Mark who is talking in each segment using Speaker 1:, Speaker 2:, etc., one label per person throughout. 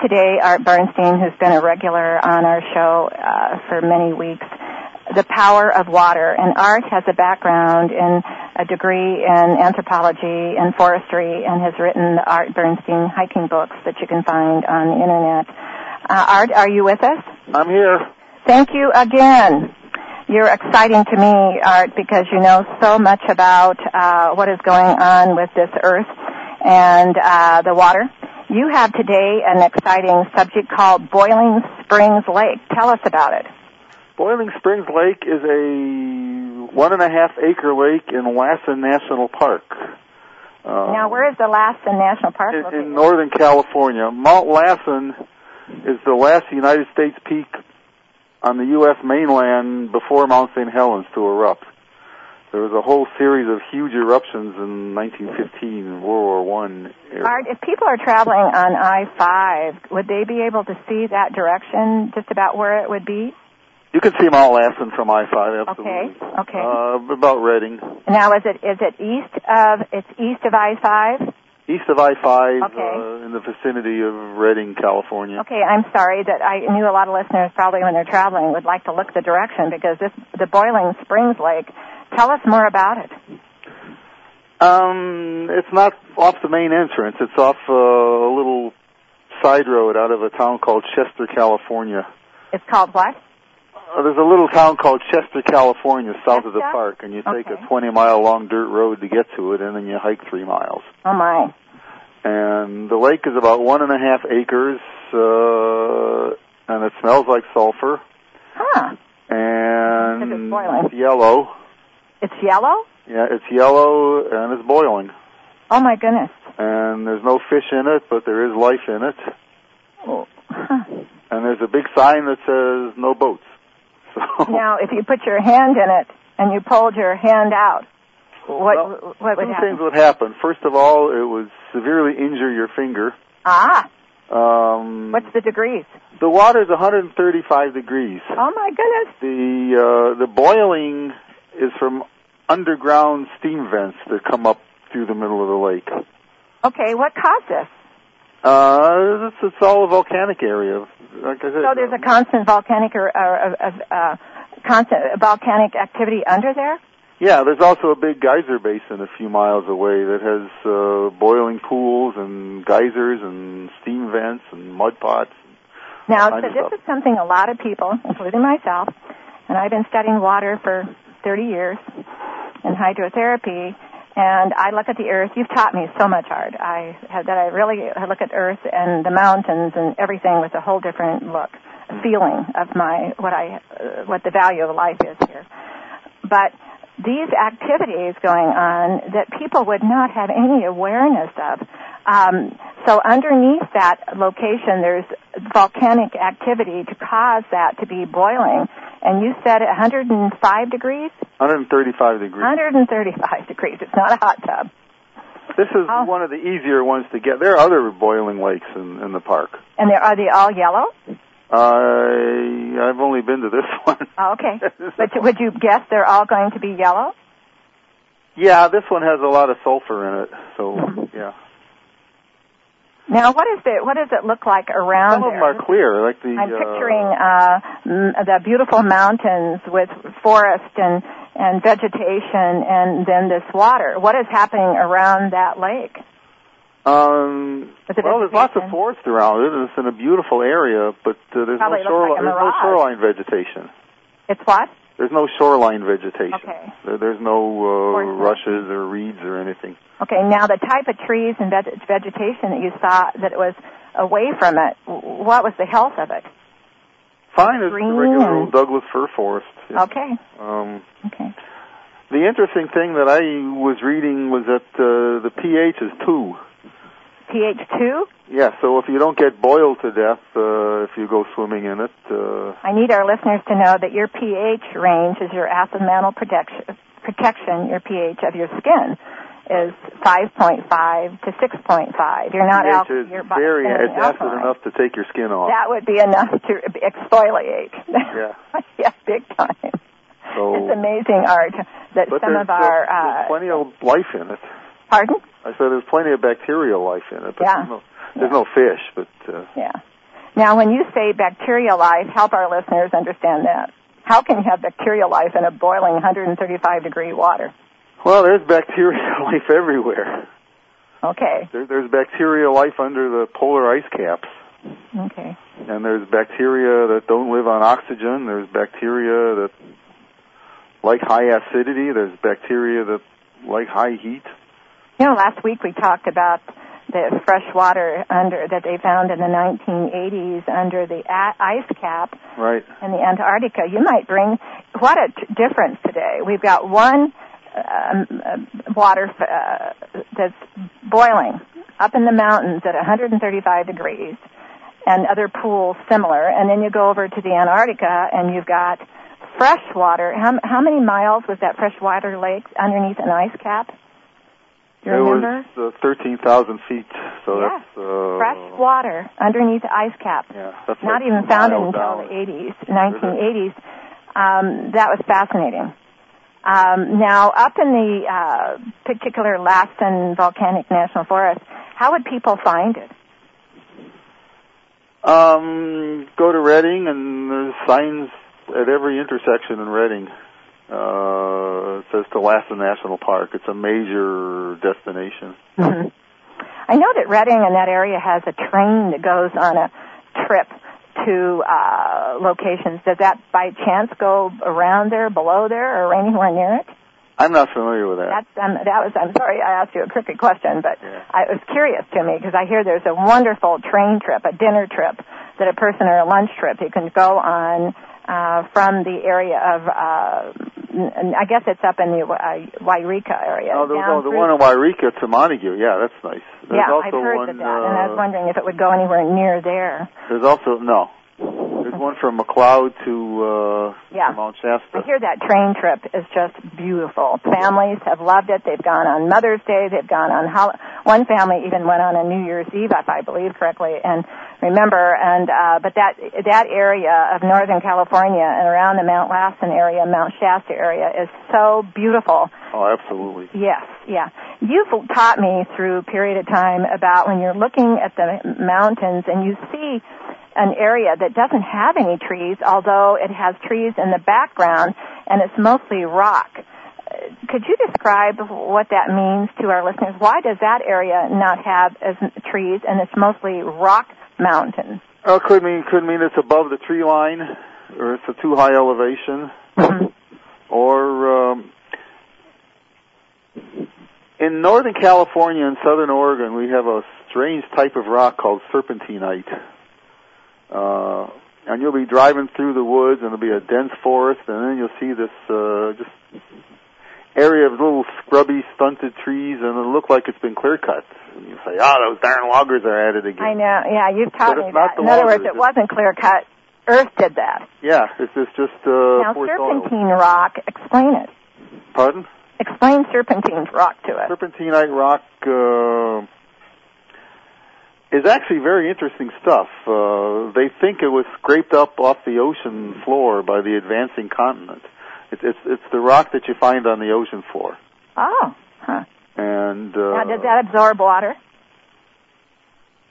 Speaker 1: today, Art Bernstein, who's been a regular on our show uh, for many weeks, the power of water. And Art has a background in a degree in anthropology and forestry and has written the Art Bernstein hiking books that you can find on the internet. Uh, Art, are you with us?
Speaker 2: I'm here.
Speaker 1: Thank you again. You're exciting to me, Art, because you know so much about uh, what is going on with this earth and uh, the water. You have today an exciting subject called Boiling Springs Lake. Tell us about it.
Speaker 2: Boiling Springs Lake is a one and a half acre lake in Lassen National Park. Um,
Speaker 1: now, where is the Lassen National Park?
Speaker 2: in,
Speaker 1: located?
Speaker 2: in Northern California, Mount Lassen is the last United States peak on the U.S. mainland before Mount St. Helens to erupt. There was a whole series of huge eruptions in 1915, World War One. era.
Speaker 1: Art, if people are traveling on I-5, would they be able to see that direction, just about where it would be?
Speaker 2: You can see Mount Lassen from I-5,
Speaker 1: Okay,
Speaker 2: absolutely.
Speaker 1: okay.
Speaker 2: Uh, about Reading.
Speaker 1: Now, is it is it east of it's east of I-5?
Speaker 2: East of I-5,
Speaker 1: Okay.
Speaker 2: uh, in the vicinity of Reading, California.
Speaker 1: Okay, I'm sorry that I knew a lot of listeners probably when they're traveling would like to look the direction because this the Boiling Springs Lake. Tell us more about it.
Speaker 2: Um, it's not off the main entrance. It's off uh, a little side road out of a town called Chester, California.
Speaker 1: It's called what?
Speaker 2: Uh, there's a little town called Chester, California, south of the
Speaker 1: Chester?
Speaker 2: park, and you take
Speaker 1: Okay.
Speaker 2: a 20 mile long dirt road to get to it, and then you hike three miles.
Speaker 1: Oh my.
Speaker 2: And the lake is about one and a half acres, uh, and it smells like sulfur
Speaker 1: Huh.
Speaker 2: and
Speaker 1: it's boiling.
Speaker 2: it's yellow.
Speaker 1: It's yellow?
Speaker 2: Yeah, it's yellow and it's boiling.
Speaker 1: Oh my goodness.
Speaker 2: And there's no fish in it, but there is life in it.
Speaker 1: Oh. Huh.
Speaker 2: And there's a big sign that says no boats. So
Speaker 1: Now, if you put your hand in it and you pulled your hand out, what
Speaker 2: Well,
Speaker 1: what would
Speaker 2: two things
Speaker 1: happen?
Speaker 2: would happen. First of all, it would severely injure your finger.
Speaker 1: Ah,
Speaker 2: Um,
Speaker 1: what's the degrees?
Speaker 2: the water's 135 degrees.
Speaker 1: Oh my goodness.
Speaker 2: The uh, the boiling is from underground steam vents that come up through the middle of the lake.
Speaker 1: Okay, what caused this?
Speaker 2: Uh, it's, it's all a volcanic area. Like I said,
Speaker 1: So there's a constant volcanic or, or, or uh, constant volcanic activity under there.
Speaker 2: yeah. There's also a big geyser basin a few miles away that has uh, boiling pools and geysers and steam vents and mud pots.
Speaker 1: Now, so
Speaker 2: I just
Speaker 1: this
Speaker 2: thought-
Speaker 1: is something a lot of people, including myself, and I've been studying water for 30 years in hydrotherapy. And I look at the earth. You've taught me so much, Art. I have, that I really look at earth and the mountains and everything with a whole different look, feeling of my what I uh, what the value of life is here. But these activities going on that people would not have any awareness of. Um, so underneath that location, there's volcanic activity to cause that to be boiling. And you said 105 degrees,
Speaker 2: 135 degrees.
Speaker 1: 135 degrees. It's not a hot tub.
Speaker 2: This is
Speaker 1: Oh.
Speaker 2: one of the easier ones to get. There are other boiling lakes in, in the park.
Speaker 1: And there are they all yellow?
Speaker 2: I I've only been to this one.
Speaker 1: Oh, okay. But would you guess they're all going to be yellow?
Speaker 2: yeah, this one has a lot of sulfur in it.
Speaker 1: Oh.
Speaker 2: So yeah,
Speaker 1: Now, what is it? What does it look like around
Speaker 2: some of
Speaker 1: there?
Speaker 2: them are clear, like the.
Speaker 1: I'm
Speaker 2: uh,
Speaker 1: picturing uh, m- the beautiful mountains with forest and and vegetation, and then this water. What is happening around that lake?
Speaker 2: Um,
Speaker 1: But the
Speaker 2: well, there's lots of
Speaker 1: vegetation-
Speaker 2: forest around it. and It's in a beautiful area, but uh, there's, no
Speaker 1: Probably looks
Speaker 2: shoreline,
Speaker 1: like a
Speaker 2: there's no
Speaker 1: mirage.
Speaker 2: shoreline vegetation.
Speaker 1: It's what?
Speaker 2: There's no shoreline vegetation.
Speaker 1: Okay.
Speaker 2: There, there's no uh,
Speaker 1: Forest
Speaker 2: rushes or reeds or anything.
Speaker 1: Okay, now the type of trees and veg- vegetation that you saw that was away from it, w- what was the health of it?
Speaker 2: Fine, it's
Speaker 1: Green
Speaker 2: the regular
Speaker 1: and-
Speaker 2: old Douglas fir forest. Yeah.
Speaker 1: Okay,
Speaker 2: Um,
Speaker 1: okay.
Speaker 2: the interesting thing that I was reading was that uh, the pH is two.
Speaker 1: pH two.
Speaker 2: Yeah, so if you don't get boiled to death uh, if you go swimming in it, uh,
Speaker 1: I need our listeners to know that your pH range is your acid-mantle protection, protection, your pH of your skin is 5.5 to 6.5. You're not out.
Speaker 2: pH is
Speaker 1: your body
Speaker 2: very
Speaker 1: is
Speaker 2: it's acid
Speaker 1: alkaline.
Speaker 2: enough to take your skin off.
Speaker 1: That would be enough to exfoliate.
Speaker 2: Yeah.
Speaker 1: yeah, big time.
Speaker 2: So-
Speaker 1: it's amazing art that
Speaker 2: Oh. but
Speaker 1: some
Speaker 2: there's,
Speaker 1: of our,
Speaker 2: there's
Speaker 1: uh,
Speaker 2: plenty of life in it.
Speaker 1: pardon?
Speaker 2: I said there's plenty of bacterial life in it, but
Speaker 1: Yeah.
Speaker 2: there's, no, there's no fish. But uh,
Speaker 1: Yeah. Now, when you say bacterial life, help our listeners understand that. How can you have bacterial life in a boiling 135 degree water?
Speaker 2: Well, there's bacterial life everywhere.
Speaker 1: Okay.
Speaker 2: There, there's bacterial life under the polar ice caps,
Speaker 1: Okay.
Speaker 2: and there's bacteria that don't live on oxygen. There's bacteria that like high acidity. There's bacteria that like high heat.
Speaker 1: You know, last week we talked about the fresh water under that they found in the 1980s under the a- ice cap
Speaker 2: Right.
Speaker 1: in the Antarctica. You might bring what a t- difference today. We've got one um, uh, water uh, that's boiling up in the mountains at 135 degrees, and other pools similar. And then you go over to the Antarctica, and you've got fresh water. How, m- how many miles was that freshwater lake underneath an ice cap? Do you
Speaker 2: it
Speaker 1: remember?
Speaker 2: was uh, 13,000 feet, so
Speaker 1: Yeah.
Speaker 2: that's uh,
Speaker 1: fresh water underneath the ice cap.
Speaker 2: Yeah, that's
Speaker 1: Not
Speaker 2: like
Speaker 1: even
Speaker 2: a
Speaker 1: found
Speaker 2: mile
Speaker 1: until
Speaker 2: down.
Speaker 1: the 80s, 1980s. Um, that was fascinating. Um, now, up in the uh, particular Lassen Volcanic National Forest, how would people find it?
Speaker 2: Um, go to Reading, and there's signs at every intersection in Reading. Uh, it says Thalassa National Park. It's a major destination.
Speaker 1: hmm I know that Reading in that area has a train that goes on a trip to uh, locations. Does that by chance go around there, below there, or anywhere near it?
Speaker 2: I'm not familiar with that.
Speaker 1: That's um, that was. I'm sorry, I asked you a crooked question, but
Speaker 2: Yeah.
Speaker 1: I, it was curious to me because I hear there's a wonderful train trip, a dinner trip, that a person or a lunch trip you can go on uh, from the area of. Uh, n- n- I guess it's up in the uh, Wairika area.
Speaker 2: Oh, the,
Speaker 1: down
Speaker 2: no, the
Speaker 1: through-
Speaker 2: one in Wairika to Montague. Yeah, that's nice. There's
Speaker 1: yeah,
Speaker 2: also
Speaker 1: I've heard
Speaker 2: one,
Speaker 1: of that, and I was
Speaker 2: uh,
Speaker 1: wondering if it would go anywhere near there.
Speaker 2: There's also no. There's one from McLeod to uh,
Speaker 1: Yeah.
Speaker 2: Mount
Speaker 1: I
Speaker 2: Shasta.
Speaker 1: hear that train trip is just beautiful. Families have loved it. They've gone on Mother's Day. They've gone on hol- one family even went on a New Year's Eve, if I believe correctly, and remember. And uh, but that that area of Northern California and around the Mount Lassen area, Mount Shasta area, is so beautiful.
Speaker 2: Oh, absolutely.
Speaker 1: Yes, yeah. You've taught me through a period of time about when you're looking at the mountains and you see an area that doesn't have any trees, although it has trees in the background and it's mostly rock. Uh, Could you describe what that means to our listeners? Why does that area not have as m- trees and it's mostly rock mountains?
Speaker 2: Oh, it could mean could mean it's above the tree line, or it's a too high elevation, or um, in Northern California and Southern Oregon, we have a strange type of rock called serpentinite. Uh, and you'll be driving through the woods, and it'll be a dense forest, and then you'll see this uh, just area of little scrubby, stunted trees, and it'll look like it's been clear cut. And you say, "Ah, those darn loggers are at it again."
Speaker 1: I know, yeah, you've taught
Speaker 2: But
Speaker 1: me
Speaker 2: it's not
Speaker 1: that.
Speaker 2: the
Speaker 1: In other
Speaker 2: water,
Speaker 1: words,
Speaker 2: it's
Speaker 1: it
Speaker 2: just-
Speaker 1: wasn't clear cut. Earth did that.
Speaker 2: Yeah, it's just just uh,
Speaker 1: now,
Speaker 2: poor soil.
Speaker 1: serpentine rock, explain it.
Speaker 2: Pardon?
Speaker 1: Explain serpentine rock to us.
Speaker 2: Serpentinite rock uh, is actually very interesting stuff. Uh, they think it was scraped up off the ocean floor by the advancing continent. It's it's it's the rock that you find on the ocean floor.
Speaker 1: Oh, huh.
Speaker 2: And
Speaker 1: now,
Speaker 2: uh,
Speaker 1: does that absorb water?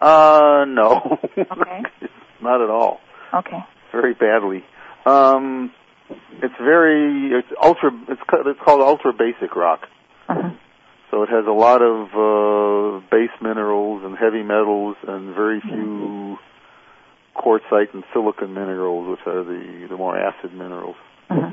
Speaker 2: uh no,
Speaker 1: Okay.
Speaker 2: not at all.
Speaker 1: Okay.
Speaker 2: Very badly. Um, it's very it's ultra. It's ca- it's called ultra basic rock.
Speaker 1: Uh-huh.
Speaker 2: So it has a lot of uh, base minerals and heavy metals and very
Speaker 1: Mm-hmm.
Speaker 2: few quartzite and silicon minerals, which are the, the more acid minerals.
Speaker 1: Uh-huh.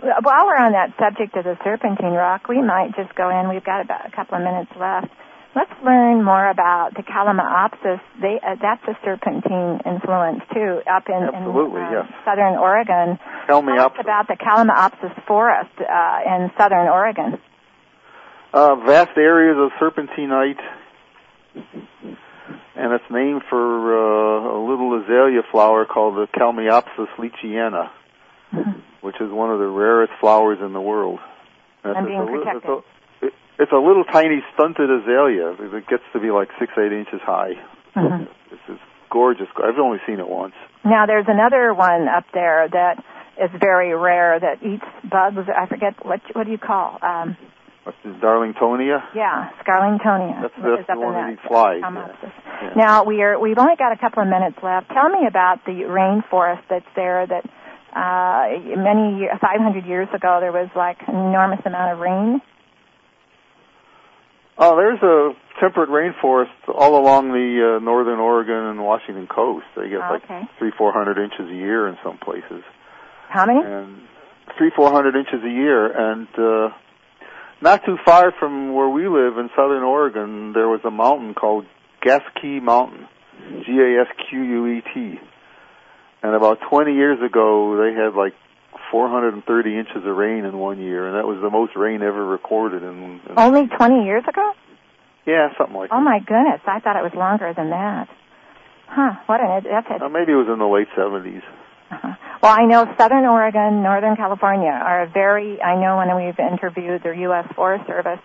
Speaker 1: While we're on that subject of the serpentine rock, we might just go in. We've got about a couple of minutes left. Let's learn more about the Calamaopsis. They, uh, that's a serpentine influence too, up in, in,
Speaker 2: Absolutely,
Speaker 1: um,
Speaker 2: yes.
Speaker 1: southern Oregon.
Speaker 2: Tell me
Speaker 1: Tell us
Speaker 2: up.
Speaker 1: about the Calamaopsis forest uh, in southern Oregon.
Speaker 2: Uh, vast areas of serpentinite, and it's named for uh, a little azalea flower called the Calmeopsis lichiana,
Speaker 1: Uh-huh.
Speaker 2: which is one of the rarest flowers in the world. And
Speaker 1: And
Speaker 2: it's
Speaker 1: being
Speaker 2: a li-
Speaker 1: protected.
Speaker 2: It's a, it's a little tiny stunted azalea. It gets to be like six, eight inches high.
Speaker 1: Mhm.
Speaker 2: It's just gorgeous. I've only seen it once.
Speaker 1: Now there's another one up there that is very rare that eats bugs. I forget what what do you call? Um,
Speaker 2: What's this, Darlingtonia?
Speaker 1: yeah, Scarlingtonia.
Speaker 2: That's-
Speaker 1: which
Speaker 2: that's
Speaker 1: is up
Speaker 2: the
Speaker 1: in
Speaker 2: one that
Speaker 1: that
Speaker 2: eats flies, yeah.
Speaker 1: Calamaopsis.
Speaker 2: Yeah.
Speaker 1: Now we are we've only got a couple of minutes left. Tell me about the rainforest that's there. That uh, many 500 years ago there was like an enormous amount of rain.
Speaker 2: Oh, there's a temperate rainforest all along the uh, northern Oregon and Washington coast. They get
Speaker 1: Oh,
Speaker 2: like
Speaker 1: okay.
Speaker 2: three, four hundred inches a year in some places,
Speaker 1: How many?
Speaker 2: and three, four hundred inches a year. And uh, not too far from where we live in southern Oregon, there was a mountain called Gasque Mountain, G A S Q U E T. And about 20 years ago, they had like 430 inches of rain in one year, and that was the most rain ever recorded. In, in
Speaker 1: Only 20 years ago?
Speaker 2: yeah, something like
Speaker 1: Oh
Speaker 2: that.
Speaker 1: my goodness! I thought it was longer than that. Huh? What an that's it.
Speaker 2: Uh, maybe it was in the late 70s.
Speaker 1: Uh-huh. Well, I know Southern Oregon, Northern California are very, I know when we've interviewed their U.S. Forest Service,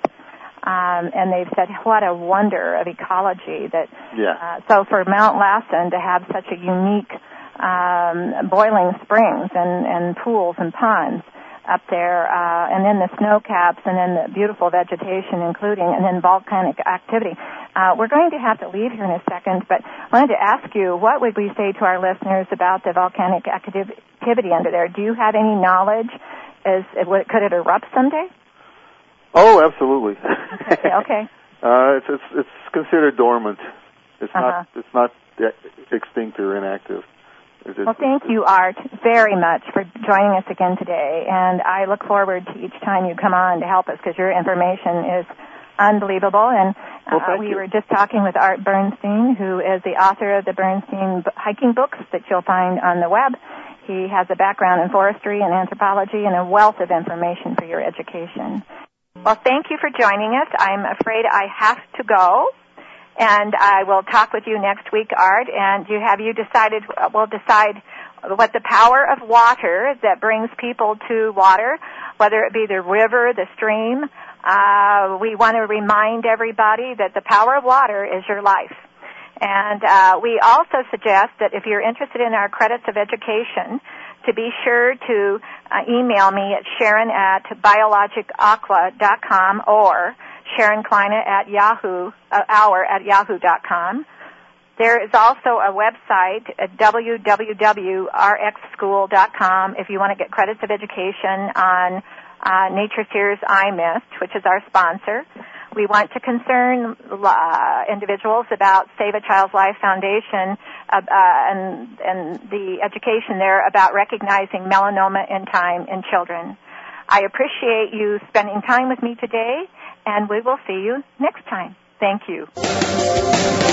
Speaker 1: um, and they've said what a wonder of ecology that,
Speaker 2: Yeah.
Speaker 1: uh, so for Mount Lassen to have such a unique um, boiling springs and, and pools and ponds up there, uh, and then the snow caps, and then the beautiful vegetation, including, and then volcanic activity. Uh, we're going to have to leave here in a second, but I wanted to ask you, what would we say to our listeners about the volcanic activ- activity under there? Do you have any knowledge? Is it, would- could it erupt someday?
Speaker 2: Oh, absolutely.
Speaker 1: Okay, okay.
Speaker 2: Uh, it's, it's it's considered dormant. It's
Speaker 1: Uh-huh.
Speaker 2: not it's not e- extinct or inactive. It's, it's,
Speaker 1: Well, thank you, Art, very much for joining us again today. And I look forward to each time you come on to help us because your information is unbelievable. And
Speaker 2: Well,
Speaker 1: uh,
Speaker 2: thank
Speaker 1: we
Speaker 2: you.
Speaker 1: were just talking with Art Bernstein, who is the author of the Bernstein b- hiking books that you'll find on the web. He has a background in forestry and anthropology and a wealth of information for your education. Well, thank you for joining us. I'm afraid I have to go. And I will talk with you next week, Art. And you have you decided? We'll decide what the power of water that brings people to water, whether it be the river, the stream. Uh, we want to remind everybody that the power of water is your life. And uh, we also suggest that if you're interested in our credits of education, to be sure to uh, email me at sharon at biologicaqua.com or sharon kleina at yahoo, uh, hour at yahoo.com. There is also a website at www.rxschool.com if you want to get credits of education on uh, Nature Sears I Mist, which is our sponsor. We want to concern uh, individuals about Save a Child's Life Foundation uh, uh, and, and the education there about recognizing melanoma in time in children. I appreciate you spending time with me today, and we will see you next time. Thank you.